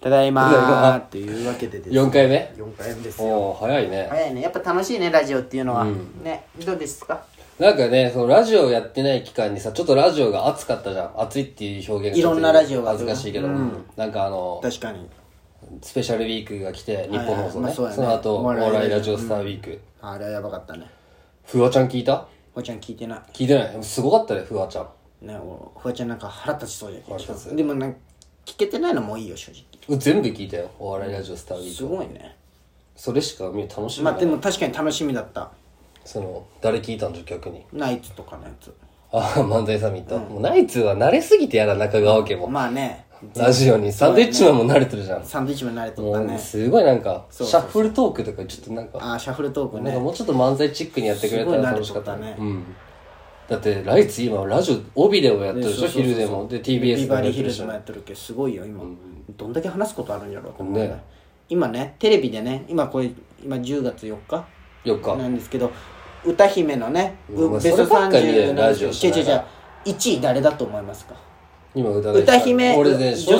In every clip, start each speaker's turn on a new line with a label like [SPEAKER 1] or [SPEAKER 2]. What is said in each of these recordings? [SPEAKER 1] ただいま
[SPEAKER 2] ただいま
[SPEAKER 1] ーというわけでです
[SPEAKER 2] 4回目
[SPEAKER 1] 4回目ですよ
[SPEAKER 2] おお早いね
[SPEAKER 1] 早いねやっぱ楽しいねラジオっていうのは、
[SPEAKER 2] うん
[SPEAKER 1] ねどうですか
[SPEAKER 2] なんかねそのラジオやってない期間にさちょっとラジオが熱かったじゃん熱いっていう表現がちょっ
[SPEAKER 1] いろ
[SPEAKER 2] と
[SPEAKER 1] んなラジオが
[SPEAKER 2] 恥ずかしいけど、
[SPEAKER 1] うん
[SPEAKER 2] なんかあの
[SPEAKER 1] 確かに
[SPEAKER 2] スペシャルウィークが来て日本放送
[SPEAKER 1] はいはいま
[SPEAKER 2] ね
[SPEAKER 1] あそうやね
[SPEAKER 2] その後
[SPEAKER 1] お
[SPEAKER 2] お
[SPEAKER 1] 笑い
[SPEAKER 2] 笑いラジオスターウィーク、
[SPEAKER 1] あれはやばかったね
[SPEAKER 2] フワちゃん聞いた
[SPEAKER 1] フワちゃん聞いてな
[SPEAKER 2] 聞いてないすごかったねフワちゃん
[SPEAKER 1] いねおフワちゃんなんか腹立ちそうじゃん
[SPEAKER 2] 腹立つ
[SPEAKER 1] でもなんか聞けてないのもいいよ正直
[SPEAKER 2] うん全部聞いたよお笑いラジオスターウィーク
[SPEAKER 1] すごいね
[SPEAKER 2] それしか見る楽しみ
[SPEAKER 1] ま
[SPEAKER 2] な
[SPEAKER 1] あ
[SPEAKER 2] い、
[SPEAKER 1] でも確かに楽しみだった
[SPEAKER 2] その誰聞いたんじゃ逆に
[SPEAKER 1] ナイツとかのやつ
[SPEAKER 2] ああ漫才サミット、もうナイツは慣れすぎてやだ中川家も、
[SPEAKER 1] まあね
[SPEAKER 2] ラジオにサンドイッチマンも慣れてるじゃん、
[SPEAKER 1] サンドイッチも慣れとった
[SPEAKER 2] もう
[SPEAKER 1] ね
[SPEAKER 2] すごいなんか
[SPEAKER 1] そう
[SPEAKER 2] シャッフルトークとかちょっとなんか
[SPEAKER 1] ああシャッフルトーク
[SPEAKER 2] なん
[SPEAKER 1] ね
[SPEAKER 2] かもうちょっと漫才チックにやってくれた
[SPEAKER 1] すごい
[SPEAKER 2] ら
[SPEAKER 1] 慣れ
[SPEAKER 2] 楽しかった
[SPEAKER 1] てたね
[SPEAKER 2] うん、だってライツ今ラジオ帯でもやってるでし
[SPEAKER 1] そ
[SPEAKER 2] ょ
[SPEAKER 1] うそうそう
[SPEAKER 2] 昼でもで
[SPEAKER 1] ビ
[SPEAKER 2] TBS で
[SPEAKER 1] バ
[SPEAKER 2] も
[SPEAKER 1] リー
[SPEAKER 2] やって
[SPEAKER 1] ヒ
[SPEAKER 2] る
[SPEAKER 1] ル
[SPEAKER 2] で
[SPEAKER 1] ズ
[SPEAKER 2] し
[SPEAKER 1] も
[SPEAKER 2] ょ
[SPEAKER 1] やってるけどすごいよ今、どんだけ話すことあるんやろうと思う
[SPEAKER 2] ね
[SPEAKER 1] 今ねテレビでね今これ今10月4日
[SPEAKER 2] 4日
[SPEAKER 1] なんですけど歌姫のね、
[SPEAKER 2] う
[SPEAKER 1] うんベス
[SPEAKER 2] そ
[SPEAKER 1] ト
[SPEAKER 2] ればっかりね
[SPEAKER 1] 30の
[SPEAKER 2] ラジオし
[SPEAKER 1] 違う
[SPEAKER 2] なが
[SPEAKER 1] 違
[SPEAKER 2] ら
[SPEAKER 1] う違う1位誰だと思いますか
[SPEAKER 2] 今歌
[SPEAKER 1] 歌姫
[SPEAKER 2] 俺ね
[SPEAKER 1] 女
[SPEAKER 2] 正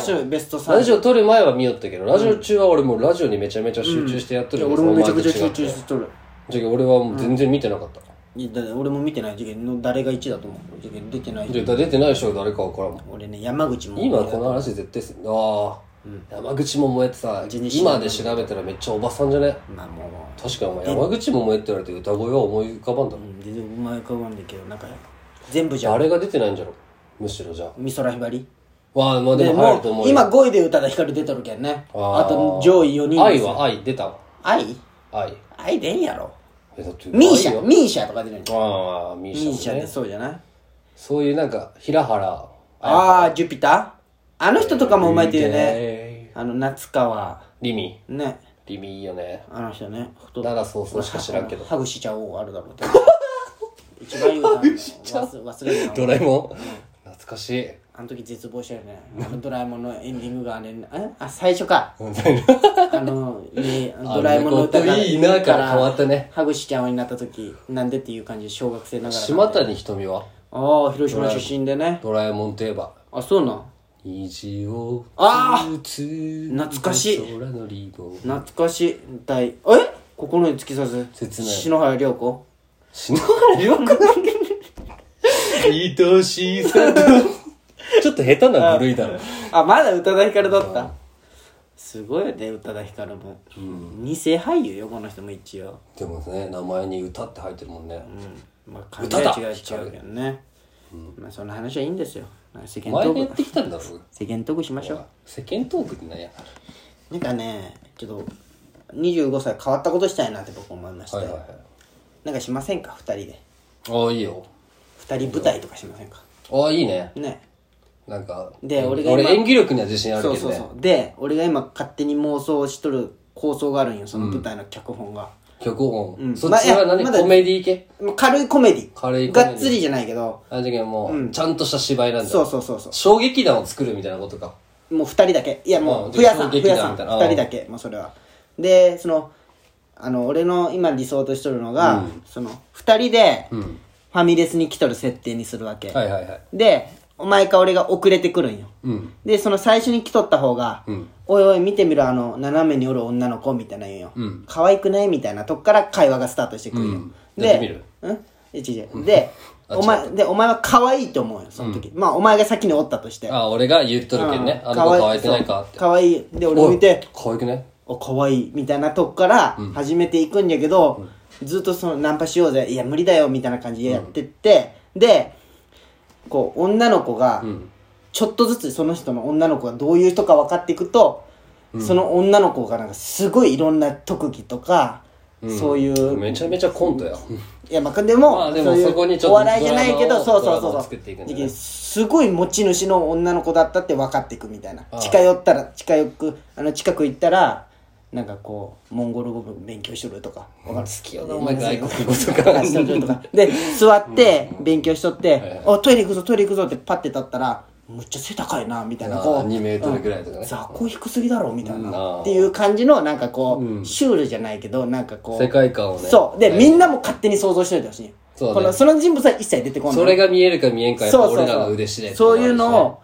[SPEAKER 1] 性
[SPEAKER 2] その
[SPEAKER 1] 歌手ベスト30
[SPEAKER 2] ラジオ撮る前は見よったけどラジオ中は俺もうラジオにめちゃめちゃ集中してやっと
[SPEAKER 1] い
[SPEAKER 2] る
[SPEAKER 1] や
[SPEAKER 2] けど
[SPEAKER 1] 俺もめちゃくちゃ集
[SPEAKER 2] その前と違
[SPEAKER 1] 中
[SPEAKER 2] って
[SPEAKER 1] しとる
[SPEAKER 2] じゃあ俺はもう全然見てなかった、
[SPEAKER 1] いやだから俺も見てない次元の誰が1位だと思う次元出てない
[SPEAKER 2] じゃあ出てない人が誰かわからんもん
[SPEAKER 1] 俺ね山口も
[SPEAKER 2] 今この話絶対すああ、山口桃江ってさ
[SPEAKER 1] 地主
[SPEAKER 2] 今で調べたらめっちゃおばさんじゃね
[SPEAKER 1] まあもうも
[SPEAKER 2] 確かにお前山口桃江って言われて歌声は思い浮かばんだろ
[SPEAKER 1] う、うん、全然うまいかわんないけどなんか全部じ
[SPEAKER 2] じゃ
[SPEAKER 1] ゃ
[SPEAKER 2] あ
[SPEAKER 1] ん
[SPEAKER 2] あれが出てないんじゃろむしろじゃあ
[SPEAKER 1] 美空ひばり
[SPEAKER 2] わあまあで
[SPEAKER 1] で
[SPEAKER 2] も入
[SPEAKER 1] も
[SPEAKER 2] ると思う
[SPEAKER 1] う
[SPEAKER 2] よ
[SPEAKER 1] 今5位で宇多田ヒカル出とるけんね
[SPEAKER 2] あ
[SPEAKER 1] あ
[SPEAKER 2] ー
[SPEAKER 1] と上位4人で
[SPEAKER 2] 愛
[SPEAKER 1] すよ
[SPEAKER 2] は愛出たわ
[SPEAKER 1] 愛
[SPEAKER 2] 愛
[SPEAKER 1] 愛でんやろ
[SPEAKER 2] えだって
[SPEAKER 1] ミーシャ
[SPEAKER 2] 愛よ
[SPEAKER 1] ミーシャとか出るんや
[SPEAKER 2] ああ
[SPEAKER 1] ミ
[SPEAKER 2] ミーシャ
[SPEAKER 1] ー
[SPEAKER 2] も
[SPEAKER 1] シャで
[SPEAKER 2] ね
[SPEAKER 1] そうじゃない
[SPEAKER 2] そういうなんか平原
[SPEAKER 1] ああジュピターあの人とかもうまいっていうね
[SPEAKER 2] ね
[SPEAKER 1] あの夏川
[SPEAKER 2] リミ
[SPEAKER 1] ね
[SPEAKER 2] リミいいよね
[SPEAKER 1] あの人ね太っ
[SPEAKER 2] 奈良そうそうしか知らんけど
[SPEAKER 1] ハグしちゃおうあるだろうって 一番言うたの忘忘れるな
[SPEAKER 2] ドラえもん懐かし い
[SPEAKER 1] あの時絶望したよねあのドラえもんのエンディングがあれえあ最初か
[SPEAKER 2] うん
[SPEAKER 1] あの、ね、ドラえもんの歌が
[SPEAKER 2] あいいなから変わったね
[SPEAKER 1] ハグしちゃおうになった時なんでっていう感じで小学生ながら
[SPEAKER 2] 島谷ひとみは
[SPEAKER 1] ああ広島出身でね
[SPEAKER 2] ドラえもんといえば
[SPEAKER 1] あそうなん
[SPEAKER 2] 虹を
[SPEAKER 1] あ
[SPEAKER 2] 打つ
[SPEAKER 1] 懐かしい
[SPEAKER 2] 空のリボン
[SPEAKER 1] 懐かしい大え心に突き刺す
[SPEAKER 2] 切ない
[SPEAKER 1] 篠原涼子
[SPEAKER 2] 篠原涼子愛しさと ちょっと下手な部類だろ
[SPEAKER 1] あまだ宇多田ヒカルだったすごいよね宇多田ヒカルも、二世俳優よこの人も一応、
[SPEAKER 2] でもね名前に歌って入ってるもんね、
[SPEAKER 1] うん、まあ感
[SPEAKER 2] 宇
[SPEAKER 1] じ
[SPEAKER 2] 多田
[SPEAKER 1] は違う違うけどね、まあその話はいいんですよ世間ト
[SPEAKER 2] 前でや
[SPEAKER 1] ー
[SPEAKER 2] っ
[SPEAKER 1] ク
[SPEAKER 2] てきたんだろ
[SPEAKER 1] 世間トークしましょう
[SPEAKER 2] 世間トークってなんや
[SPEAKER 1] なんかねちょっと25歳変わったことしたいなって僕思いまして、
[SPEAKER 2] はいはいはい
[SPEAKER 1] なんかしませんか2人で
[SPEAKER 2] ああいいよ
[SPEAKER 1] 2人舞台とかしませんか
[SPEAKER 2] ああいいね
[SPEAKER 1] ね
[SPEAKER 2] なんか
[SPEAKER 1] で
[SPEAKER 2] うん
[SPEAKER 1] 俺が今
[SPEAKER 2] 演技力には自信あるけど
[SPEAKER 1] そう
[SPEAKER 2] ね
[SPEAKER 1] そうそうで俺が今勝手に妄想しとる構想があるんよその舞台の脚本が、
[SPEAKER 2] 脚本、
[SPEAKER 1] ん
[SPEAKER 2] そっちは何、
[SPEAKER 1] まあいやまだ
[SPEAKER 2] コメディ系
[SPEAKER 1] まあ軽いコメディ
[SPEAKER 2] 軽いコメディ
[SPEAKER 1] がっつりじゃないけど
[SPEAKER 2] あじゃけんもう、ちゃんとした芝居なんだ
[SPEAKER 1] そうそうそうそ
[SPEAKER 2] 衝撃弾を作るみたいなことか
[SPEAKER 1] うもう2人だけいやも
[SPEAKER 2] あ
[SPEAKER 1] うふやさ
[SPEAKER 2] 衝
[SPEAKER 1] んふ
[SPEAKER 2] 撃だ
[SPEAKER 1] やさん
[SPEAKER 2] みたいな
[SPEAKER 1] 2人だけもうそれはでそのあの俺の今理想としとるのが、その2人でファミレスに来とる設定にするわけ、
[SPEAKER 2] はいはいはい
[SPEAKER 1] でお前か俺が遅れてくるんよ、
[SPEAKER 2] うん
[SPEAKER 1] でその最初に来とった方が「おいおい見てみろあの斜めにおる女の子」みたいな言うんよ、可愛くないみたいなとこから会話がスタートしてくるんよ、
[SPEAKER 2] うん
[SPEAKER 1] で
[SPEAKER 2] やってみる
[SPEAKER 1] うんえ違う違う でお前でお前は可愛いと思うよその時、まあお前が先におったとして
[SPEAKER 2] あ俺が言っとるけんね、
[SPEAKER 1] うん
[SPEAKER 2] あの子可愛くないかっ
[SPEAKER 1] そう
[SPEAKER 2] て
[SPEAKER 1] 可愛いで俺見て
[SPEAKER 2] おい可愛くね
[SPEAKER 1] お可愛いみたいなとこから始めていくんやけど、ずっとそのナンパしようぜいや無理だよみたいな感じでやってって、でこう女の子がちょっとずつその人の女の子がどういう人か分かっていくと、その女の子がなんかすごいいろんな特技とか、そういう
[SPEAKER 2] めちゃめちゃコントや
[SPEAKER 1] いやまあでも,、
[SPEAKER 2] まあでも
[SPEAKER 1] ういう
[SPEAKER 2] そこにちょっと
[SPEAKER 1] お笑いじゃないけ
[SPEAKER 2] ドラマ
[SPEAKER 1] どそ
[SPEAKER 2] を
[SPEAKER 1] うそう
[SPEAKER 2] ド
[SPEAKER 1] そ
[SPEAKER 2] ラマを
[SPEAKER 1] う
[SPEAKER 2] 作っていくんだね
[SPEAKER 1] ですごい持ち主の女の子だったって分かっていくみたいな
[SPEAKER 2] ああ
[SPEAKER 1] 近寄ったら近寄くあの近く行ったらなんかこうモンゴル語勉強しとるとか分かる
[SPEAKER 2] 好きよなお前外国語と か
[SPEAKER 1] しとるとかで座って勉強しとって
[SPEAKER 2] はいはい
[SPEAKER 1] 「おトイレ行くぞトイレ行くぞ」ってパッて立ったら「むっちゃ背高いな」みたいな
[SPEAKER 2] ああ
[SPEAKER 1] こう
[SPEAKER 2] 2メートルぐらいとかね
[SPEAKER 1] 雑魚低すぎだろみたい
[SPEAKER 2] うん
[SPEAKER 1] な
[SPEAKER 2] ああ
[SPEAKER 1] っていう感じのなんかこうシュールじゃないけどなんかこう
[SPEAKER 2] 世界観をね
[SPEAKER 1] そう。で、
[SPEAKER 2] はい
[SPEAKER 1] みんなも勝手に想像しといてほしい。
[SPEAKER 2] そうだね
[SPEAKER 1] このその人物は一切出てこない。
[SPEAKER 2] それが見えるか見えんかやっ
[SPEAKER 1] そ
[SPEAKER 2] ぱ
[SPEAKER 1] うそうそう
[SPEAKER 2] 俺らの腕次第
[SPEAKER 1] そういうのを、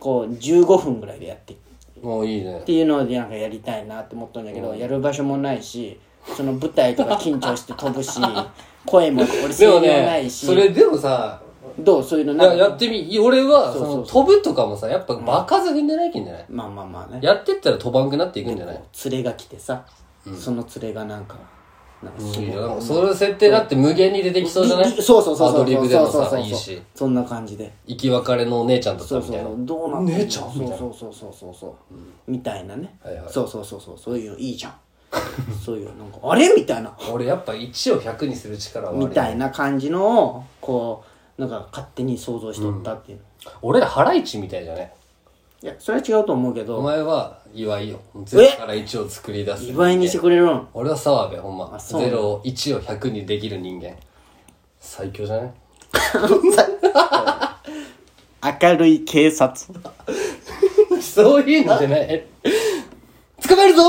[SPEAKER 1] こう、15分ぐらいでやって
[SPEAKER 2] もういいね
[SPEAKER 1] っていうのでなんかやりたいなって思ったんだけど、やる場所もないしその舞台とか緊張して飛ぶ し声も俺
[SPEAKER 2] でも
[SPEAKER 1] 声量な
[SPEAKER 2] ね
[SPEAKER 1] いし、
[SPEAKER 2] それでもさ
[SPEAKER 1] どうそういうの
[SPEAKER 2] いや
[SPEAKER 1] なん
[SPEAKER 2] や
[SPEAKER 1] か
[SPEAKER 2] ってみ俺はそ
[SPEAKER 1] そうそ
[SPEAKER 2] の
[SPEAKER 1] う
[SPEAKER 2] 飛ぶとかもさやっぱ場数踏んでないきんじゃない
[SPEAKER 1] まあまあまあね
[SPEAKER 2] やってったら飛ばんくなっていくんじゃない
[SPEAKER 1] 連れが来てさ、その連れがなんかなんかすご
[SPEAKER 2] い
[SPEAKER 1] い
[SPEAKER 2] いよなんかその設定だって無限に出てきそうじゃない
[SPEAKER 1] りりそうそうそう
[SPEAKER 2] ア
[SPEAKER 1] そ
[SPEAKER 2] ド
[SPEAKER 1] う
[SPEAKER 2] リ
[SPEAKER 1] そう
[SPEAKER 2] ブで
[SPEAKER 1] そう
[SPEAKER 2] も
[SPEAKER 1] そう
[SPEAKER 2] さ
[SPEAKER 1] そう
[SPEAKER 2] いいし
[SPEAKER 1] そんな感じで
[SPEAKER 2] 生き別れのお姉ちゃんだった
[SPEAKER 1] そう
[SPEAKER 2] み
[SPEAKER 1] そう
[SPEAKER 2] たいな
[SPEAKER 1] そうどうなってんの
[SPEAKER 2] 姉ちゃんみたいな
[SPEAKER 1] そうそうそうそうそう、みたいなね、
[SPEAKER 2] はいはい
[SPEAKER 1] そうそうそうそうそういうのいいじゃんそういうなんかあれみたいな
[SPEAKER 2] 俺やっぱ1を100にする力はある
[SPEAKER 1] みたいな感じのをこうなんか勝手に想像しとったっていう、
[SPEAKER 2] 俺らハライチみたいじゃない
[SPEAKER 1] いやそれは違うと思うけ
[SPEAKER 2] お
[SPEAKER 1] ど
[SPEAKER 2] 前は岩井よゼロから1を作り出す
[SPEAKER 1] 祝いにしてくれるの
[SPEAKER 2] 俺は澤部ほんま
[SPEAKER 1] あそうな
[SPEAKER 2] ゼ
[SPEAKER 1] の
[SPEAKER 2] ロを1を100にできる人間最強じゃない
[SPEAKER 1] 明るい警察
[SPEAKER 2] そういうのじゃない捕まえるぞ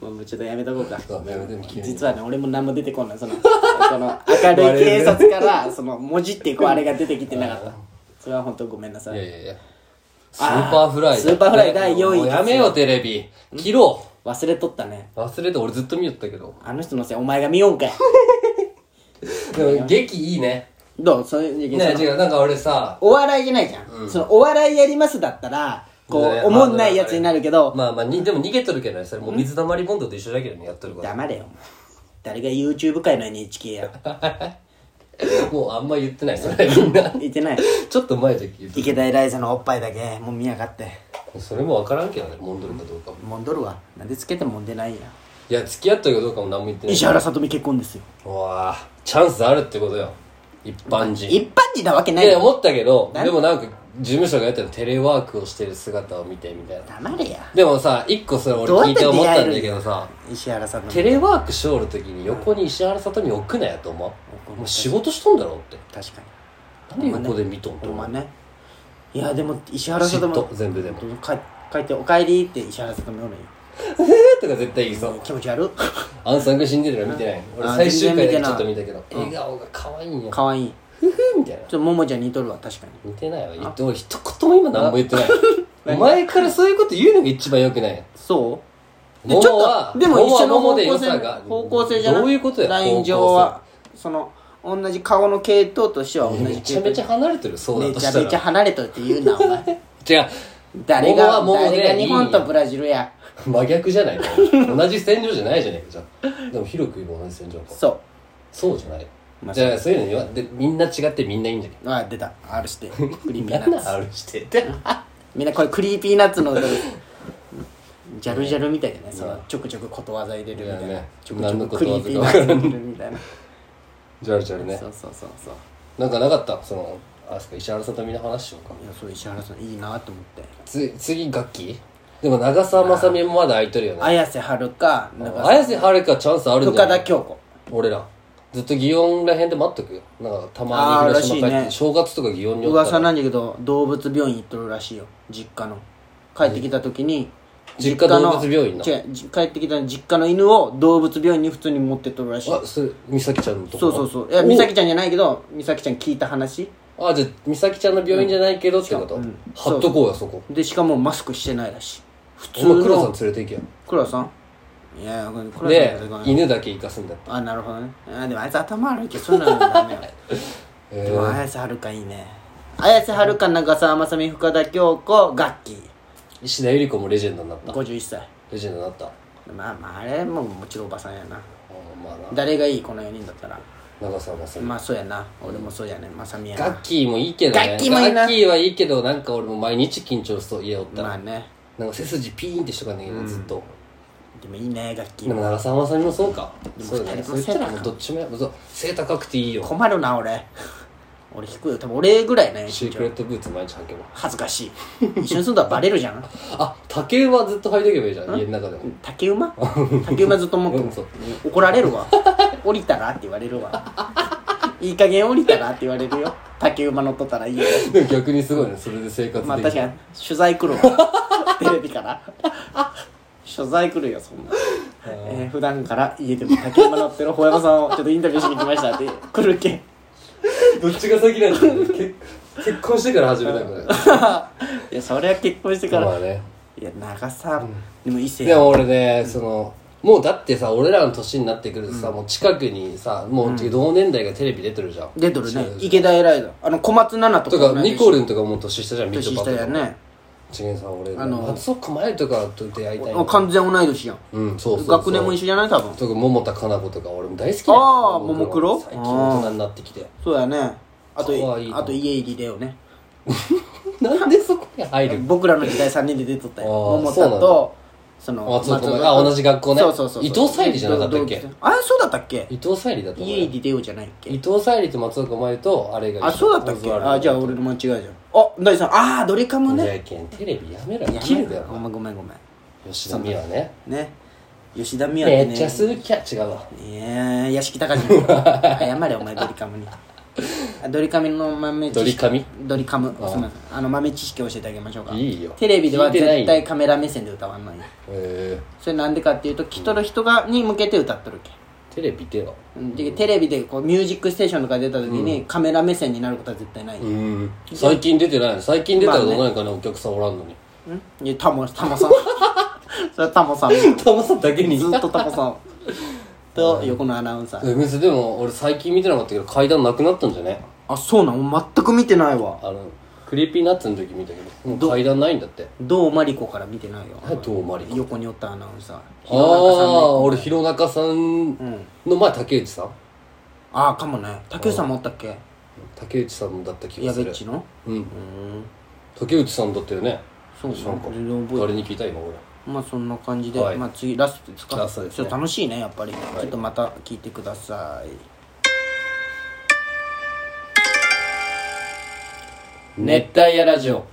[SPEAKER 1] もうちょっとやめとこうか
[SPEAKER 2] そうやめて急に
[SPEAKER 1] 実はね俺も何も出てこないその その明るい警察からその文字っていくあれが出てきてなかったそれは本当ごめんなさ
[SPEAKER 2] いや
[SPEAKER 1] い
[SPEAKER 2] いやいやスーパーフライだ
[SPEAKER 1] スーパーフライ第四位
[SPEAKER 2] もうやめようテレビ切ろ
[SPEAKER 1] 忘れとったね
[SPEAKER 2] う忘れて俺ずっと見よったけど
[SPEAKER 1] あの人のせいお前が見ようんかい
[SPEAKER 2] でも劇いいね
[SPEAKER 1] どうそういう
[SPEAKER 2] ね違うなんか俺さ
[SPEAKER 1] お笑いじゃないじゃん、そのお笑いやりますだったらこう、
[SPEAKER 2] ね
[SPEAKER 1] おもんないやつになるけど、
[SPEAKER 2] まあまあにでも逃げとるけどねそれもう水溜りボンドと一緒だけどねやっとるから
[SPEAKER 1] 黙れよお前誰が YouTube 界の NHK や
[SPEAKER 2] もうあんま言ってないそれみんな
[SPEAKER 1] 言ってない
[SPEAKER 2] ちょっと前だけ言って
[SPEAKER 1] 池田エライザのおっぱいだけもう見やがって
[SPEAKER 2] それも分からんけどねモンドルかどうかも
[SPEAKER 1] もんどるわなんでつけてもんでないや
[SPEAKER 2] いや付き合ったかどうかも何も言ってない
[SPEAKER 1] 石原さとみ結婚ですよ
[SPEAKER 2] うわあチャンスあるってことよ一般人
[SPEAKER 1] 一般人なわけないい
[SPEAKER 2] や
[SPEAKER 1] よ
[SPEAKER 2] 思ったけどでもなんか事務所がやってるテレワークをしてる姿を見てみたいな
[SPEAKER 1] 黙れや
[SPEAKER 2] でもさ一個それ俺
[SPEAKER 1] どう
[SPEAKER 2] 聞
[SPEAKER 1] や
[SPEAKER 2] い
[SPEAKER 1] って
[SPEAKER 2] て
[SPEAKER 1] 出
[SPEAKER 2] 思った
[SPEAKER 1] 会え
[SPEAKER 2] んだ
[SPEAKER 1] る
[SPEAKER 2] けどさ
[SPEAKER 1] 石原さとみ
[SPEAKER 2] テレワークしょおる時に横に石原さとみ置くなやと思うもう仕事しとんだろって
[SPEAKER 1] 確か
[SPEAKER 2] なんで横で見とん
[SPEAKER 1] に
[SPEAKER 2] と
[SPEAKER 1] お
[SPEAKER 2] 思う
[SPEAKER 1] 前ねいやでも石原さ
[SPEAKER 2] 嫉
[SPEAKER 1] とみ
[SPEAKER 2] 妬全部でも「え
[SPEAKER 1] か書いて「おかえり」って石原さとみおるんよ
[SPEAKER 2] ー!」とか絶対言いそう
[SPEAKER 1] 気持ち悪っ
[SPEAKER 2] アンさんが死んでるの見てない俺
[SPEAKER 1] あ
[SPEAKER 2] 最終回
[SPEAKER 1] 全然見て
[SPEAKER 2] でち
[SPEAKER 1] ない
[SPEAKER 2] ょっと見たけど笑顔が可愛いんや
[SPEAKER 1] かわいい
[SPEAKER 2] ふふみたいな
[SPEAKER 1] ちょっとももちゃん似とるわ確かに
[SPEAKER 2] 似てないわ言って俺一言も今何も言 ってないお前からそういうこと言うのが一番良くない
[SPEAKER 1] そう
[SPEAKER 2] 桃
[SPEAKER 1] ちょ
[SPEAKER 2] は
[SPEAKER 1] っとでも
[SPEAKER 2] 桃は
[SPEAKER 1] 一緒の
[SPEAKER 2] 桃
[SPEAKER 1] 方
[SPEAKER 2] で
[SPEAKER 1] 向
[SPEAKER 2] 良さ
[SPEAKER 1] 性
[SPEAKER 2] が
[SPEAKER 1] 方向性じゃない
[SPEAKER 2] どういうことや
[SPEAKER 1] ライン上はその同じ顔の系統としては同じ
[SPEAKER 2] め
[SPEAKER 1] 系
[SPEAKER 2] ちゃ
[SPEAKER 1] 統
[SPEAKER 2] めちゃ離れてるそうだ
[SPEAKER 1] め
[SPEAKER 2] と
[SPEAKER 1] ち
[SPEAKER 2] し
[SPEAKER 1] ゃ
[SPEAKER 2] た
[SPEAKER 1] めちゃ
[SPEAKER 2] ら
[SPEAKER 1] 離れとるって言うなお前
[SPEAKER 2] 違う
[SPEAKER 1] 誰が
[SPEAKER 2] 桃は桃で
[SPEAKER 1] 誰が日本とブラジルや
[SPEAKER 2] 真逆じゃないの同じ線上じゃないじゃないかじゃあでも広く言えば同じ線上か
[SPEAKER 1] そ
[SPEAKER 2] そうじゃない
[SPEAKER 1] まあ
[SPEAKER 2] じゃあそういうのにはでみんな違ってみんないいんじゃないう
[SPEAKER 1] あ出た R してクリーピーナ
[SPEAKER 2] みん
[SPEAKER 1] ッツ
[SPEAKER 2] なあるして
[SPEAKER 1] みんなこれクリーピーナッツのジャルジャルみたいだねそのちょくちょくことわざ入れるみたい
[SPEAKER 2] い
[SPEAKER 1] な
[SPEAKER 2] やね
[SPEAKER 1] ちょくちょくクリーピ
[SPEAKER 2] 何の
[SPEAKER 1] ー
[SPEAKER 2] こ
[SPEAKER 1] ナ
[SPEAKER 2] とわざか
[SPEAKER 1] ッツ
[SPEAKER 2] 分からん
[SPEAKER 1] 入れるみたいな
[SPEAKER 2] じゃあじゃあね
[SPEAKER 1] そうそうそうそう
[SPEAKER 2] なんかなかったそのあそこ石原さとみの話しようか
[SPEAKER 1] いやそれ石原さんいいなと思って
[SPEAKER 2] つ次楽器でも長澤まさみもまだ空いてるよね
[SPEAKER 1] 綾瀬はるかなんか
[SPEAKER 2] 綾瀬はるかチャンスあるんじゃ
[SPEAKER 1] 深
[SPEAKER 2] な
[SPEAKER 1] 田
[SPEAKER 2] い
[SPEAKER 1] 恭子
[SPEAKER 2] 俺らずっと祇園らへんで待っとくよなんかた
[SPEAKER 1] あ
[SPEAKER 2] ま
[SPEAKER 1] ー
[SPEAKER 2] に広島帰
[SPEAKER 1] らし
[SPEAKER 2] っ、
[SPEAKER 1] ていね
[SPEAKER 2] 正月とか祇園におった
[SPEAKER 1] 噂
[SPEAKER 2] ら
[SPEAKER 1] なんだけど動物病院行っとるらしいよ実家の帰ってきた時に
[SPEAKER 2] 実家動物病院の
[SPEAKER 1] 違うじ帰ってきた実家の犬を動物病院に普通に持ってっとるらしい
[SPEAKER 2] あそれ美咲ちゃんのとこ
[SPEAKER 1] そう
[SPEAKER 2] な
[SPEAKER 1] そうそういや美咲ちゃんじゃないけど美咲ちゃん聞いた話
[SPEAKER 2] あじゃあ美咲ちゃんの病院じゃないけどってこと、貼っとこうやそこ
[SPEAKER 1] でしかもマスクしてないらしい普通
[SPEAKER 2] お前
[SPEAKER 1] の
[SPEAKER 2] 黒さん連れて行
[SPEAKER 1] 黒田さんいやこれ
[SPEAKER 2] けや
[SPEAKER 1] 黒田
[SPEAKER 2] で
[SPEAKER 1] さんだけど
[SPEAKER 2] 犬だけ行かすんだって
[SPEAKER 1] あなるほどねあでもあいつ頭悪いけどそうなのダメよ
[SPEAKER 2] え
[SPEAKER 1] でも綾瀬はるかいいね綾瀬はるか長澤まさみ深田恭子楽器
[SPEAKER 2] ー石田ゆり子もレジェンドになった
[SPEAKER 1] 51歳
[SPEAKER 2] レジェンドになったあ
[SPEAKER 1] まあまああれももちろんおばさんやな
[SPEAKER 2] ーまあ
[SPEAKER 1] 誰がいいこの4人だったら
[SPEAKER 2] な長澤まさみ
[SPEAKER 1] まあそうやな俺もそうやねまさみや
[SPEAKER 2] ガッ
[SPEAKER 1] な
[SPEAKER 2] キーもいいけどね
[SPEAKER 1] ガッキーもいいな
[SPEAKER 2] ガッキーはいいけどなんか俺も毎日緊張しそう家おったら、
[SPEAKER 1] まあね
[SPEAKER 2] なんか背筋ピーンってしとかんねんけど、ずっと
[SPEAKER 1] でもいいね楽器
[SPEAKER 2] でも長澤まさみもそうかそうだ
[SPEAKER 1] 二
[SPEAKER 2] ね
[SPEAKER 1] 人と
[SPEAKER 2] そ
[SPEAKER 1] も
[SPEAKER 2] う言ったら
[SPEAKER 1] 背
[SPEAKER 2] もう
[SPEAKER 1] 高
[SPEAKER 2] どっちもやそう背高くていいよ
[SPEAKER 1] 困るな俺 俺低いよ多分俺ぐらいね
[SPEAKER 2] シークレットブーツ毎日履けば
[SPEAKER 1] 恥ずかしい一緒に住んだらバレるじゃ ん
[SPEAKER 2] あ竹馬ずっと履いとけばいいじゃん家の中でも
[SPEAKER 1] 竹馬竹馬ずっと持って
[SPEAKER 2] うんそう
[SPEAKER 1] も怒られるわ降りたらって言われるわいい加減降りたらって言われるよ竹馬乗っとったらいいよ
[SPEAKER 2] でも逆にすごいねそれで生活できる、
[SPEAKER 1] まあ確かに取材 来るわテレビから取材来るよそんな、えー普段から家でも竹馬乗ってる小山さんをちょっとインタビューしに来ましたって来る けん
[SPEAKER 2] どっちが先なんだろうね結結婚してから始めたから
[SPEAKER 1] いやそれは結婚してから
[SPEAKER 2] まあね
[SPEAKER 1] いや長さ、でも異性
[SPEAKER 2] でも俺ね、そのもうだってさ俺らの年になってくるとさ、もう近くにさもう同年代がテレビ出てるじゃん、
[SPEAKER 1] 出とるね池田エライザあの小松菜奈と
[SPEAKER 2] と
[SPEAKER 1] か
[SPEAKER 2] か
[SPEAKER 1] 同じ
[SPEAKER 2] ニコルンとかもう年下じゃんみ
[SPEAKER 1] 年
[SPEAKER 2] ち
[SPEAKER 1] 下
[SPEAKER 2] ょぱと
[SPEAKER 1] や
[SPEAKER 2] か
[SPEAKER 1] ね
[SPEAKER 2] チゲンさん俺
[SPEAKER 1] あの
[SPEAKER 2] 松岡茉優とかと出会いたい
[SPEAKER 1] あ完全同い年やん
[SPEAKER 2] うんそうそうそう
[SPEAKER 1] 学年も一緒じゃない多分
[SPEAKER 2] とか桃田かな子とか俺も大好きだよ
[SPEAKER 1] あーももクロ
[SPEAKER 2] 最近大人になってきて
[SPEAKER 1] そうやねあと
[SPEAKER 2] 可愛いな
[SPEAKER 1] あと家入りだよね
[SPEAKER 2] なんでそこに入る
[SPEAKER 1] 僕らの時代3人で出とったよ
[SPEAKER 2] あー
[SPEAKER 1] 桃田
[SPEAKER 2] そうなんだ
[SPEAKER 1] とその
[SPEAKER 2] 松岡
[SPEAKER 1] 君
[SPEAKER 2] あ同じ学校ね
[SPEAKER 1] そうそうそう
[SPEAKER 2] 伊藤沙莉じゃなかったっけ
[SPEAKER 1] 同同あれそうだったっけ
[SPEAKER 2] 伊藤沙莉だと思う
[SPEAKER 1] 家
[SPEAKER 2] よ
[SPEAKER 1] 入り出ようじゃないっけ
[SPEAKER 2] 伊藤沙莉と松岡茉優とあれが一緒
[SPEAKER 1] あそうだったっけ
[SPEAKER 2] オズワルド
[SPEAKER 1] あじゃあ俺の間違いじゃんあ大地さんああドリカム
[SPEAKER 2] じゃ
[SPEAKER 1] ね
[SPEAKER 2] あけんテレビやめろ
[SPEAKER 1] いや
[SPEAKER 2] 切るだよ
[SPEAKER 1] ごめんごめんごめん
[SPEAKER 2] 吉田美和ね
[SPEAKER 1] ね吉田美和
[SPEAKER 2] め
[SPEAKER 1] ね
[SPEAKER 2] っちゃ好きや違うわ
[SPEAKER 1] いやー屋敷隆に謝れお前ドリカムにあドリカムの豆知識
[SPEAKER 2] ドリカミ
[SPEAKER 1] ドリカムすみませんあの豆知識教えてあげましょうか
[SPEAKER 2] いいよ
[SPEAKER 1] テレビでは
[SPEAKER 2] 聞いてない
[SPEAKER 1] 絶対カメラ目線で歌わんのに
[SPEAKER 2] え
[SPEAKER 1] それなんでかっていうと来とる人がに向けて歌っとるけ
[SPEAKER 2] ー、テレビでは
[SPEAKER 1] んでテレビでこう「ミュージックステーション」とか出た時にカメラ目線になることは絶対ない、
[SPEAKER 2] うん最近出てないの最近出たらどうないかねお客さんおらんの
[SPEAKER 1] ん
[SPEAKER 2] に
[SPEAKER 1] いやタモタモさん それはタモさん
[SPEAKER 2] たまさんだけに
[SPEAKER 1] ずっとタモさんと横のアナウンサー
[SPEAKER 2] え別にでも俺最近見てなかったけど階段なくなったんじゃね
[SPEAKER 1] あそうなん俺全く見てないわ
[SPEAKER 2] あのクリーピーナッツの時見たけどもう階段ないんだって
[SPEAKER 1] どうマリコから見てないよ
[SPEAKER 2] はいどうマリコ
[SPEAKER 1] 横におったアナウンサー
[SPEAKER 2] ああ俺弘中さん
[SPEAKER 1] ん
[SPEAKER 2] の前竹内さん
[SPEAKER 1] ああかもね竹内さんもおったっけ
[SPEAKER 2] 竹内さんだった気が
[SPEAKER 1] 矢
[SPEAKER 2] す
[SPEAKER 1] 部っ
[SPEAKER 2] る
[SPEAKER 1] ちの
[SPEAKER 2] うん
[SPEAKER 1] うん
[SPEAKER 2] 竹内さんだったよね
[SPEAKER 1] そう
[SPEAKER 2] 知らんか
[SPEAKER 1] 全然覚えてない
[SPEAKER 2] 誰に聞いた今俺
[SPEAKER 1] まあそんな感じで、
[SPEAKER 2] はい
[SPEAKER 1] まあ次ラストですか
[SPEAKER 2] ラストですね
[SPEAKER 1] ちょっと楽しいねやっぱり、ちょっとまた聞いてください
[SPEAKER 2] 熱帯夜ラジオ